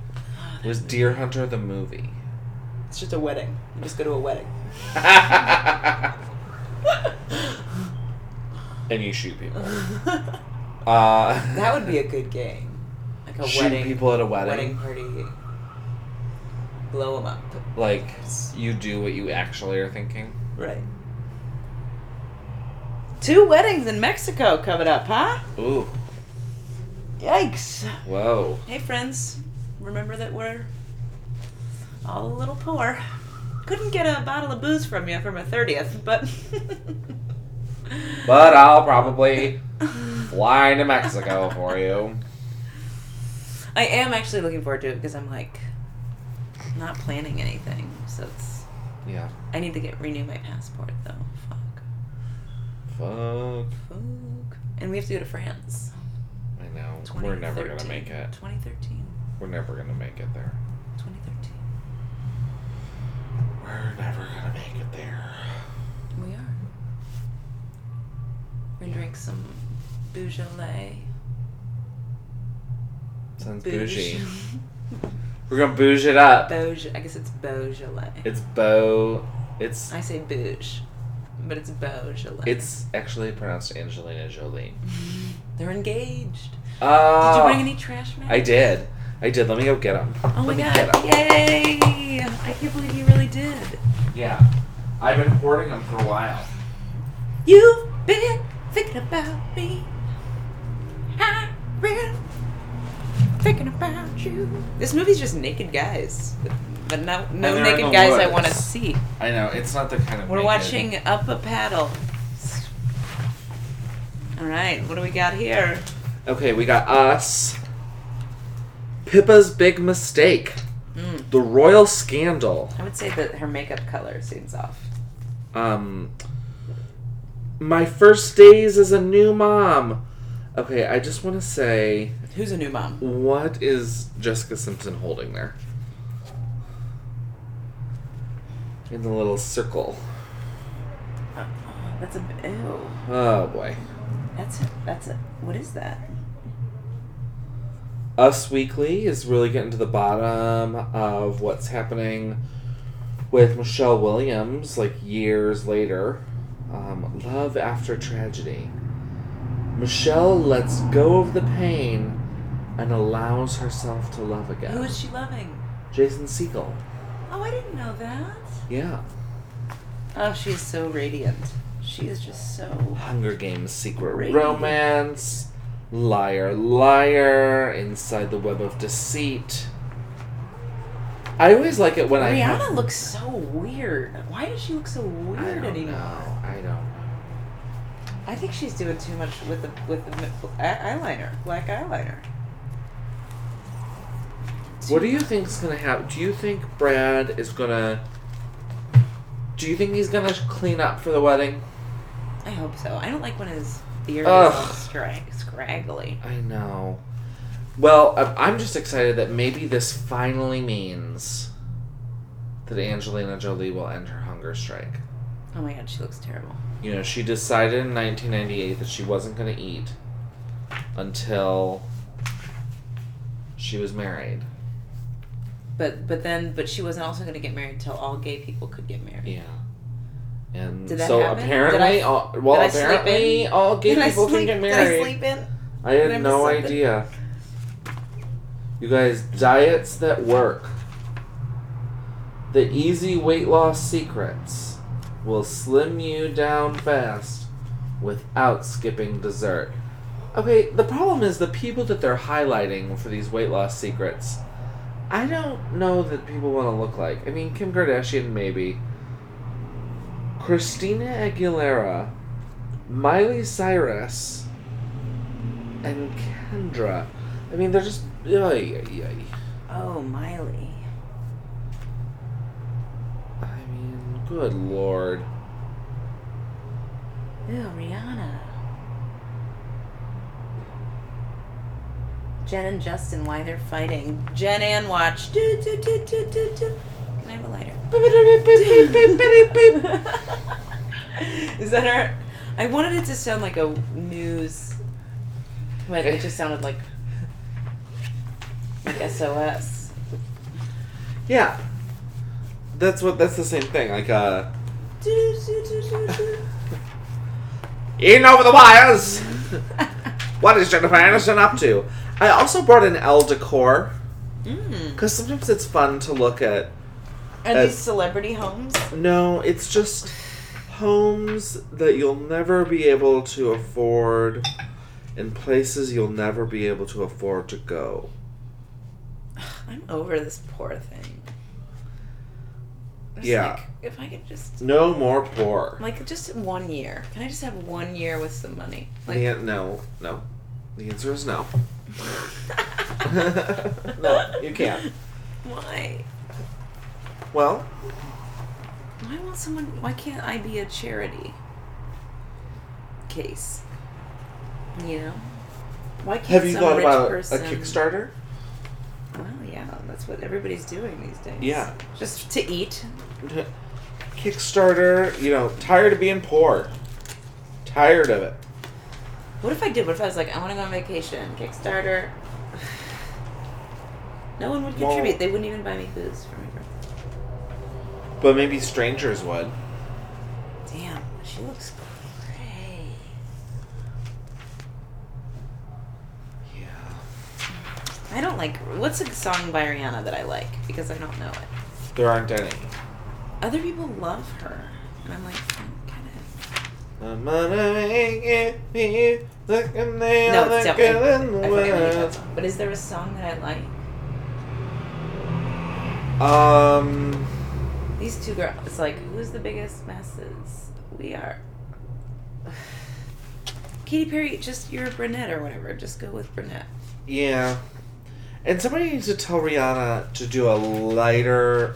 Speaker 1: Was Deer Hunter the movie?
Speaker 2: It's just a wedding. You just go to a wedding.
Speaker 1: and you shoot people. Uh,
Speaker 2: That would be a good game. Like a
Speaker 1: shoot
Speaker 2: wedding.
Speaker 1: people at a wedding.
Speaker 2: wedding party. Blow them up.
Speaker 1: Like you do what you actually are thinking.
Speaker 2: Right. Two weddings in Mexico coming up, huh?
Speaker 1: Ooh,
Speaker 2: Yikes.
Speaker 1: whoa.
Speaker 2: Hey, friends. Remember that we're all a little poor. Couldn't get a bottle of booze from you for my 30th, but.
Speaker 1: But I'll probably fly to Mexico for you.
Speaker 2: I am actually looking forward to it because I'm like not planning anything. So it's.
Speaker 1: Yeah.
Speaker 2: I need to get renew my passport though. Fuck.
Speaker 1: Fuck.
Speaker 2: Fuck. And we have to go to France.
Speaker 1: I know. We're never gonna
Speaker 2: 2013.
Speaker 1: make it.
Speaker 2: 2013.
Speaker 1: We're never gonna make it there.
Speaker 2: 2013.
Speaker 1: We're never gonna make it there.
Speaker 2: We are. We're gonna drink some Beaujolais.
Speaker 1: Sounds
Speaker 2: Bouge-
Speaker 1: bougie. We're gonna bouge it up.
Speaker 2: Beauj- I guess it's Beaujolais.
Speaker 1: It's beau. It's
Speaker 2: I say Bouge, but it's Beaujolais.
Speaker 1: it's actually pronounced Angelina Jolie.
Speaker 2: They're engaged.
Speaker 1: Oh,
Speaker 2: Did you bring any trash bags?
Speaker 1: I did. I did. Let me go get them.
Speaker 2: Oh my god. Yay! I can't believe you really did.
Speaker 1: Yeah. I've been hoarding them for a while.
Speaker 2: You've been thinking about me. I've been thinking about without you. This movie's just naked guys, but- but no, no
Speaker 1: they're in
Speaker 2: naked
Speaker 1: the
Speaker 2: guys I
Speaker 1: woods.
Speaker 2: want to see.
Speaker 1: I know it's not the kind of.
Speaker 2: We're
Speaker 1: naked-
Speaker 2: watching Up a Paddle. All right, what do we got here?
Speaker 1: Okay, we got us. Pippa's big mistake.
Speaker 2: Mm.
Speaker 1: The royal scandal.
Speaker 2: I would say that her makeup color seems off.
Speaker 1: Um. My first days as a new mom. Okay, I just want to say,
Speaker 2: Who's a new mom?
Speaker 1: what is Jessica Simpson holding there? In the little circle.
Speaker 2: That's a ew.
Speaker 1: Oh boy.
Speaker 2: That's a, that's a what is that?
Speaker 1: Us Weekly is really getting to the bottom of what's happening with Michelle Williams, like years later. Um, love after tragedy. Michelle lets go of the pain and allows herself to love again.
Speaker 2: Who is she loving?
Speaker 1: Jason Segel.
Speaker 2: Oh, I didn't know that.
Speaker 1: Yeah.
Speaker 2: Oh, she's so radiant. She is just so.
Speaker 1: Hunger Games secret
Speaker 2: Great.
Speaker 1: romance. Liar, liar, inside the web of deceit. I always like it when I
Speaker 2: Rihanna
Speaker 1: have-
Speaker 2: looks so weird. Why does she look so weird
Speaker 1: I don't
Speaker 2: anymore?
Speaker 1: know. I don't know.
Speaker 2: I think she's doing too much with the with the mi- e- eyeliner, black eyeliner.
Speaker 1: What do you think's gonna happen? Do you think Brad is gonna? Do you think he's gonna clean up for the wedding?
Speaker 2: I hope so. I don't like when his beard
Speaker 1: Ugh.
Speaker 2: is all scrag- scraggly.
Speaker 1: I know. Well, I- I'm just excited that maybe this finally means that Angelina Jolie will end her hunger strike.
Speaker 2: Oh my god, she looks terrible.
Speaker 1: You know, she decided in 1998 that she wasn't going to eat until she was married.
Speaker 2: But but then but she wasn't also going to get married until all gay people could get married.
Speaker 1: Yeah. And
Speaker 2: Did that
Speaker 1: so
Speaker 2: happen?
Speaker 1: apparently,
Speaker 2: Did I-
Speaker 1: all, well,
Speaker 2: did I sleep
Speaker 1: apparently, all gay
Speaker 2: Did I
Speaker 1: people can
Speaker 2: sleep-
Speaker 1: get
Speaker 2: did
Speaker 1: married.
Speaker 2: I sleep in?
Speaker 1: I had
Speaker 2: Did I miss
Speaker 1: no
Speaker 2: something?
Speaker 1: idea. You guys, diets that work. The easy weight loss secrets will slim you down fast without skipping dessert. Okay, the problem is the people that they're highlighting for these weight loss secrets. I don't know that people want to look like. I mean, Kim Kardashian, maybe. Christina Aguilera, Miley Cyrus, and Kendra. I mean, they're just. Ay, ay, ay.
Speaker 2: Oh, Miley.
Speaker 1: I mean, good lord.
Speaker 2: Ew, Rihanna. Jen and Justin, why they're fighting. Jen and watch. Do, do, do, do, do, do. Can I have a lighter? Is that our. I wanted it to sound like a news. But it just sounded like. Like SOS.
Speaker 1: Yeah. That's what. That's the same thing. Like, uh.
Speaker 2: Do, do, do, do, do.
Speaker 1: In over the wires! what is Jennifer Aniston up to? I also brought in El Decor,
Speaker 2: Mm.
Speaker 1: because sometimes it's fun to look at.
Speaker 2: Are
Speaker 1: Uh,
Speaker 2: these celebrity homes?
Speaker 1: No, it's just homes that you'll never be able to afford, and places you'll never be able to afford to go.
Speaker 2: I'm over this poor thing. It's
Speaker 1: Yeah.
Speaker 2: Like, if I could just
Speaker 1: No more poor.
Speaker 2: like just one year. Can I just have one year with some money? Like
Speaker 1: The an- no, no. The answer is no. No, you can't.
Speaker 2: Why?
Speaker 1: Well,
Speaker 2: Why won't someone why can't I be a charity case? You know? Why can't
Speaker 1: have you
Speaker 2: some
Speaker 1: thought
Speaker 2: rich
Speaker 1: about
Speaker 2: person...
Speaker 1: a Kickstarter?
Speaker 2: Well, yeah, that's what everybody's doing these days.
Speaker 1: Yeah.
Speaker 2: Just to eat.
Speaker 1: Kickstarter, you know, tired of being poor. Tired of it.
Speaker 2: What if I did? What if I was like, I want to go on vacation, Kickstarter? No one would
Speaker 1: Well-
Speaker 2: contribute. they wouldn't even buy me booze for my birthday.
Speaker 1: But maybe strangers would.
Speaker 2: Damn, she looks great.
Speaker 1: Yeah.
Speaker 2: I don't like. What's a song by Rihanna that I like? Because I don't know it.
Speaker 1: There aren't any.
Speaker 2: Other people love her, and I'm like, kind of.
Speaker 1: I'm gonna make it feel like a nail
Speaker 2: No, it's
Speaker 1: that
Speaker 2: definitely.
Speaker 1: got in the
Speaker 2: I forget what
Speaker 1: way.
Speaker 2: you call that song. But is there a song that I like?
Speaker 1: Um,
Speaker 2: These two girls. It's like, who's the biggest messes? We are. Katy Perry, just you're a brunette or whatever. Just go with brunette.
Speaker 1: yeah. And somebody needs to tell Rihanna to do a lighter.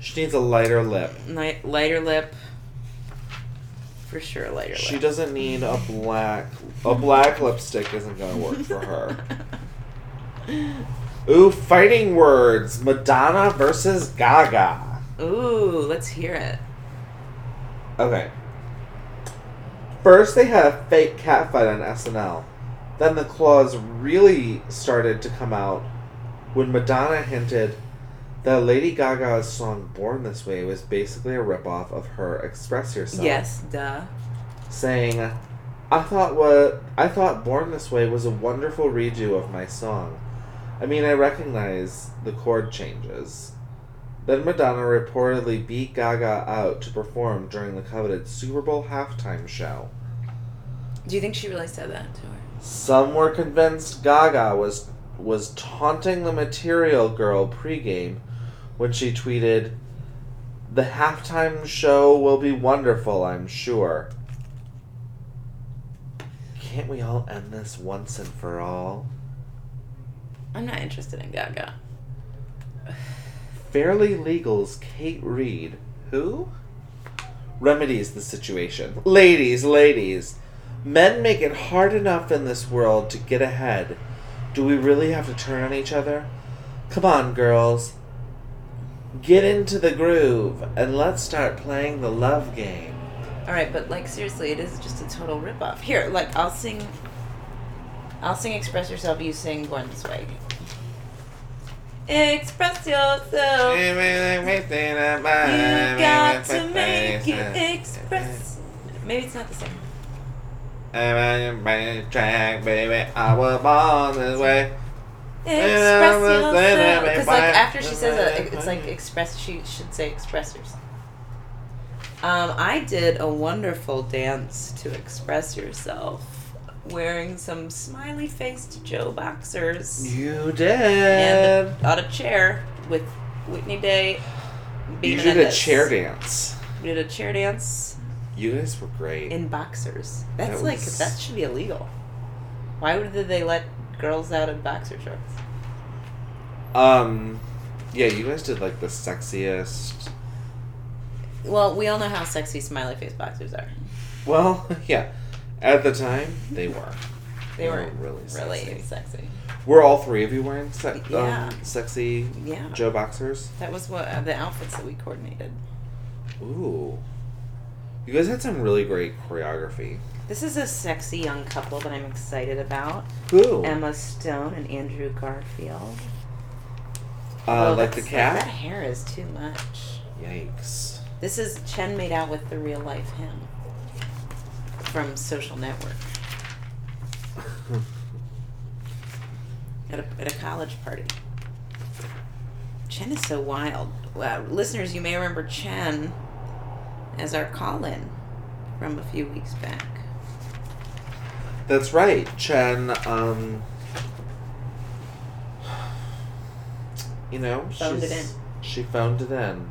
Speaker 1: She needs a lighter lip.
Speaker 2: Night, lighter lip. For sure, lighter
Speaker 1: She
Speaker 2: lip.
Speaker 1: doesn't need a black. A black lipstick isn't gonna work for her. Ooh, fighting words. Madonna versus Gaga.
Speaker 2: Ooh, let's hear it.
Speaker 1: Okay. First, they had a fake cat fight on SNL. Then the claws really started to come out when Madonna hinted that Lady Gaga's song Born This Way was basically a ripoff of her Express Yourself.
Speaker 2: Yes, duh.
Speaker 1: Saying, I thought what I thought Born This Way was a wonderful redo of my song. I mean I recognize the chord changes. Then Madonna reportedly beat Gaga out to perform during the coveted Super Bowl halftime show.
Speaker 2: Do you think she really said that to her?
Speaker 1: Some were convinced Gaga was was taunting the Material Girl pregame when she tweeted, "The halftime show will be wonderful, I'm sure." Can't we all end this once and for all?
Speaker 2: I'm not interested in Gaga.
Speaker 1: Fairly Legal's Kate Reed, who remedies the situation. Ladies, ladies, men make it hard enough in this world to get ahead. Do we really have to turn on each other? Come on, girls. Get into the groove and let's start playing the love game.
Speaker 2: All right, but like seriously, it is just a total ripoff. Here, like I'll sing. I'll sing "Express Yourself." You sing "Born This Way." Express yourself. You got to make it express. Maybe it's not the same.
Speaker 1: track, baby. I was born this way.
Speaker 2: Express yourself. Because like after she says it, it's like express. She should say "Express yourself." Um, I did a wonderful dance to "Express Yourself," wearing some smiley faced Joe boxers.
Speaker 1: You
Speaker 2: and
Speaker 1: did.
Speaker 2: on a chair with Whitney Day. Bea
Speaker 1: You did a
Speaker 2: Menendez.
Speaker 1: chair dance.
Speaker 2: We did a chair dance
Speaker 1: You guys were great.
Speaker 2: in boxers. That's
Speaker 1: That
Speaker 2: like
Speaker 1: was-
Speaker 2: that should be illegal. Why would they let girls out in boxer shorts?
Speaker 1: Um, yeah, you guys did like the sexiest.
Speaker 2: Well, we all know how sexy smiley face boxers are.
Speaker 1: Well, yeah, at the time they were.
Speaker 2: They
Speaker 1: Yeah,
Speaker 2: were
Speaker 1: really
Speaker 2: really
Speaker 1: sexy.
Speaker 2: sexy.
Speaker 1: Were all three of you wearing se-
Speaker 2: Yeah.
Speaker 1: um, sexy
Speaker 2: Yeah,
Speaker 1: Joe boxers?
Speaker 2: that was what uh, the outfits that we coordinated.
Speaker 1: Ooh, you guys had some really great choreography.
Speaker 2: This is a sexy young couple that I'm excited about:
Speaker 1: Who?
Speaker 2: Emma Stone and Andrew Garfield.
Speaker 1: uh,
Speaker 2: Oh,
Speaker 1: like the
Speaker 2: that's-
Speaker 1: cat.
Speaker 2: That hair is too much.
Speaker 1: Yikes.
Speaker 2: This is Chen made out with the real life him from Social Network at a, at a college party. Chen is so wild. Wow. Listeners, you may remember Chen as our call in from a few weeks back.
Speaker 1: That's right, Chen. Um, you know,
Speaker 2: Phoned it
Speaker 1: she's- She phoned it in.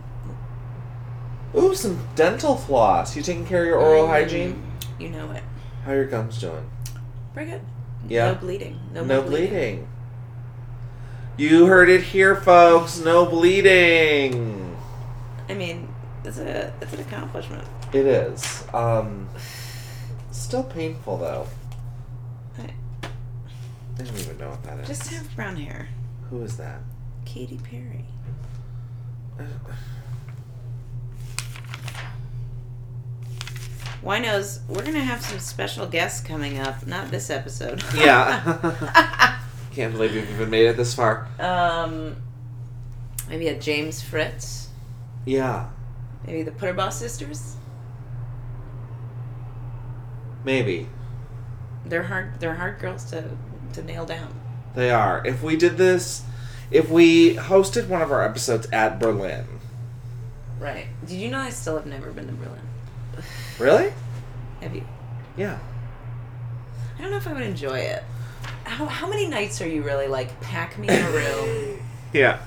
Speaker 1: Ooh, some dental floss. You taking care of your oral
Speaker 2: Mm,
Speaker 1: hygiene?
Speaker 2: You know it.
Speaker 1: How are your gums doing?
Speaker 2: Pretty good.
Speaker 1: Yeah.
Speaker 2: No bleeding. No,
Speaker 1: No,
Speaker 2: more
Speaker 1: bleeding. You heard it here, folks. No bleeding.
Speaker 2: I mean, it's, a, it's an accomplishment.
Speaker 1: It is. Um, still painful though.
Speaker 2: I-
Speaker 1: I don't even know what that is.
Speaker 2: Just have brown hair.
Speaker 1: Who is that?
Speaker 2: Katy Perry. Winos, we're gonna have some special guests coming up. Not this episode.
Speaker 1: Yeah. Can't believe you've even made it this far.
Speaker 2: um, maybe a James Fritz.
Speaker 1: Yeah,
Speaker 2: Maybe the Putterboss sisters.
Speaker 1: maybe
Speaker 2: They're hard. They're hard girls to to nail down.
Speaker 1: they are. If we did this, if we hosted one of our episodes at Berlin,
Speaker 2: Right. Did you know I still have never been to Berlin?
Speaker 1: really?
Speaker 2: Have you?
Speaker 1: Yeah.
Speaker 2: I don't know if I would enjoy it. How, how many nights are you really like pack me in a room?
Speaker 1: Yeah.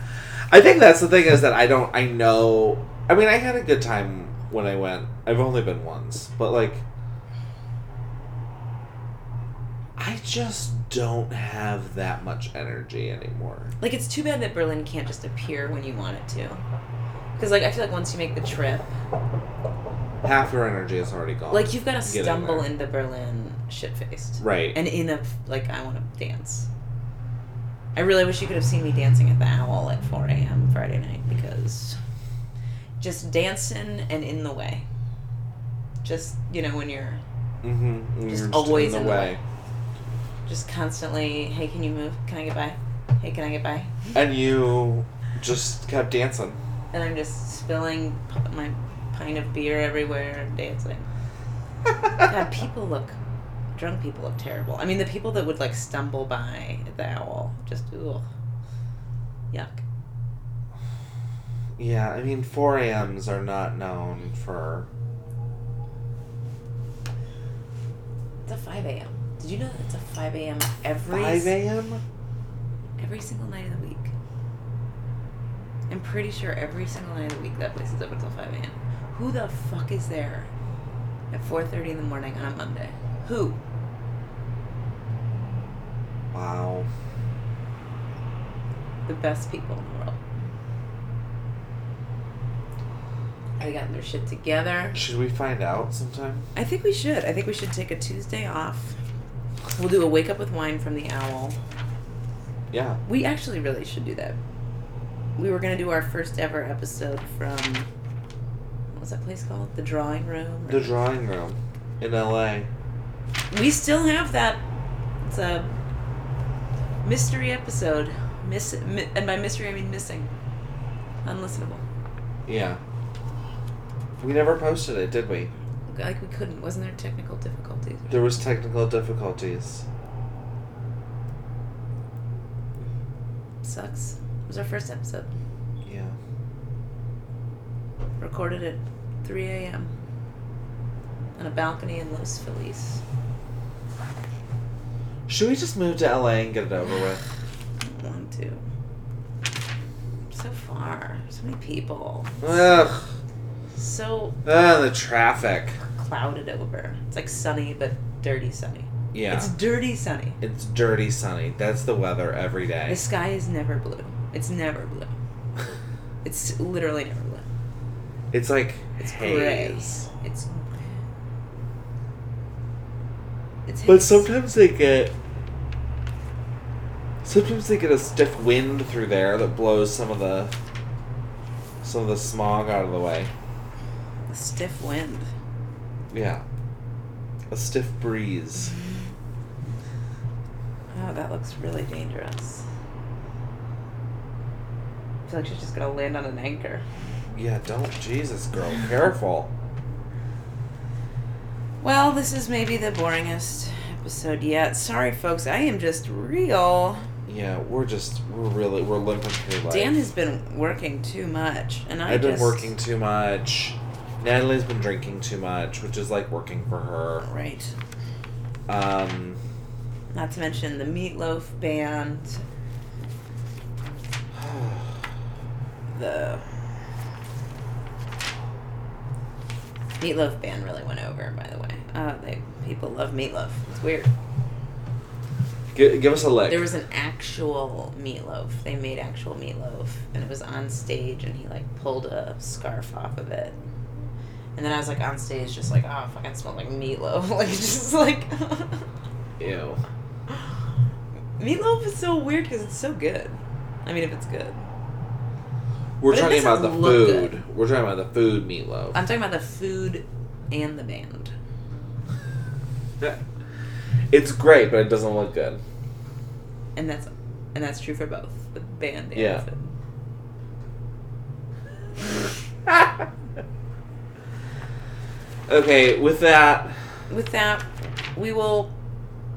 Speaker 1: I think that's the thing is that I don't. I know. I mean, I had a good time when I went. I've only been once, but like, I just don't have that much energy anymore.
Speaker 2: Like it's too bad that Berlin can't just appear when you want it to. Because like I feel like once you make the trip,
Speaker 1: Half your energy is already gone.
Speaker 2: like you've got to
Speaker 1: Get in
Speaker 2: stumble
Speaker 1: there.
Speaker 2: into Berlin shit faced
Speaker 1: right.
Speaker 2: and in a like I want to dance. I really wish you could have seen me dancing at the Owl at 4 a.m. Friday night because just dancing and in the way. Just you know when you're
Speaker 1: mm-hmm.
Speaker 2: just always in the way. just constantly, hey, can you move? Can I get by? Hey, can I get by?
Speaker 1: And you just kept dancing.
Speaker 2: And I'm just spilling p- my pint of beer everywhere and dancing. God, people look, drunk people look terrible. I mean, the people that would like stumble by at the owl, just, ooh, yuck.
Speaker 1: Yeah, I mean, 4 a.m.s are not known for.
Speaker 2: It's a 5 a.m. Did you know that it's a 5 a.m. every,
Speaker 1: 5 a.m.?
Speaker 2: every single night of the week? I'm pretty sure every single night of the week that place is open until 5 a.m. Who the fuck is there at 4.30 in the morning on a Monday? Who?
Speaker 1: Wow.
Speaker 2: the best people in the world. They got their shit together.
Speaker 1: Should we find out sometime?
Speaker 2: I think we should. I think we should take a Tuesday off. We'll do a wake up with wine from the owl.
Speaker 1: Yeah.
Speaker 2: We actually really should do that. We were gonna do our first ever episode from what was that place called? The drawing room.
Speaker 1: The drawing room in LA.
Speaker 2: we still have that. It's a mystery episode. Miss, mi- and by mystery I mean missing, unlistenable.
Speaker 1: Yeah. We never posted it, did we?
Speaker 2: Like we couldn't. Wasn't there technical difficulties?
Speaker 1: There was technical difficulties.
Speaker 2: Sucks. It was our first episode.
Speaker 1: Yeah.
Speaker 2: Recorded at 3 a.m. on a balcony in Los Feliz.
Speaker 1: Should we just move to LA and get it over with?
Speaker 2: One, two. So far. So many people.
Speaker 1: Ugh.
Speaker 2: So
Speaker 1: Ugh, the traffic.
Speaker 2: clouded over. It's like sunny, but dirty sunny.
Speaker 1: Yeah.
Speaker 2: It's
Speaker 1: It's,
Speaker 2: dirty sunny.
Speaker 1: dirty sunny. That's the weather every
Speaker 2: The
Speaker 1: day.
Speaker 2: sky is never blue. It's never blue. It's literally never blue.
Speaker 1: It's like
Speaker 2: It's
Speaker 1: haze.
Speaker 2: gray. It's. It's
Speaker 1: But
Speaker 2: haze.
Speaker 1: sometimes they get. Sometimes they get a stiff wind through there that blows some of the. Some of the smog out of the way.
Speaker 2: A stiff wind.
Speaker 1: Yeah. A stiff breeze.
Speaker 2: Oh, that looks really dangerous. I feel like she's just gonna land on an anchor.
Speaker 1: Yeah, don't. Jesus, girl. Careful.
Speaker 2: Well, this is maybe the boringest episode yet. Sorry, folks, I am just real.
Speaker 1: Yeah, we're just. We're really. We're limping through life.
Speaker 2: Dan has been working too much, and I
Speaker 1: I've been
Speaker 2: just-
Speaker 1: working too much. Natalie's been drinking too much, which is like working for her.
Speaker 2: Right.
Speaker 1: Um.
Speaker 2: Not to mention the meatloaf band, the meatloaf band really went over. By the way, uh, they people love meatloaf. It's weird.
Speaker 1: Give, give us a lick.
Speaker 2: There was an actual meatloaf. They made actual meatloaf, and it was on stage, and he like pulled a scarf off of it. And then I was like on stage, just like oh, fucking smell like meatloaf, like just like
Speaker 1: Ew.
Speaker 2: meatloaf is so weird because it's so good. I mean, if it's good,
Speaker 1: We're
Speaker 2: But it
Speaker 1: talking about the
Speaker 2: doesn't look
Speaker 1: food. We're talking about the food meatloaf.
Speaker 2: I'm talking about the food and the band.
Speaker 1: it's great, but it doesn't look good.
Speaker 2: and that's and that's true for both the band and
Speaker 1: Yeah.
Speaker 2: the food.
Speaker 1: okay, with that,
Speaker 2: With that, we will.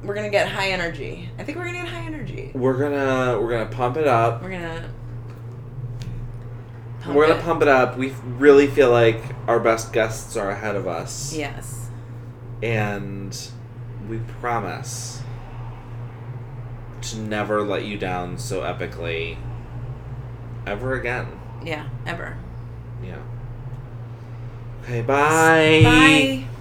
Speaker 2: We're gonna get high energy. I think we're gonna get high energy.
Speaker 1: we're gonna we're gonna pump it up.
Speaker 2: We're gonna. Pump
Speaker 1: we're gonna
Speaker 2: it.
Speaker 1: pump it up. We really feel like our best guests are ahead of us.
Speaker 2: Yes.
Speaker 1: And we promise to never let you down so epically ever again.
Speaker 2: Yeah, ever.
Speaker 1: Yeah. Okay, bye.
Speaker 2: Bye.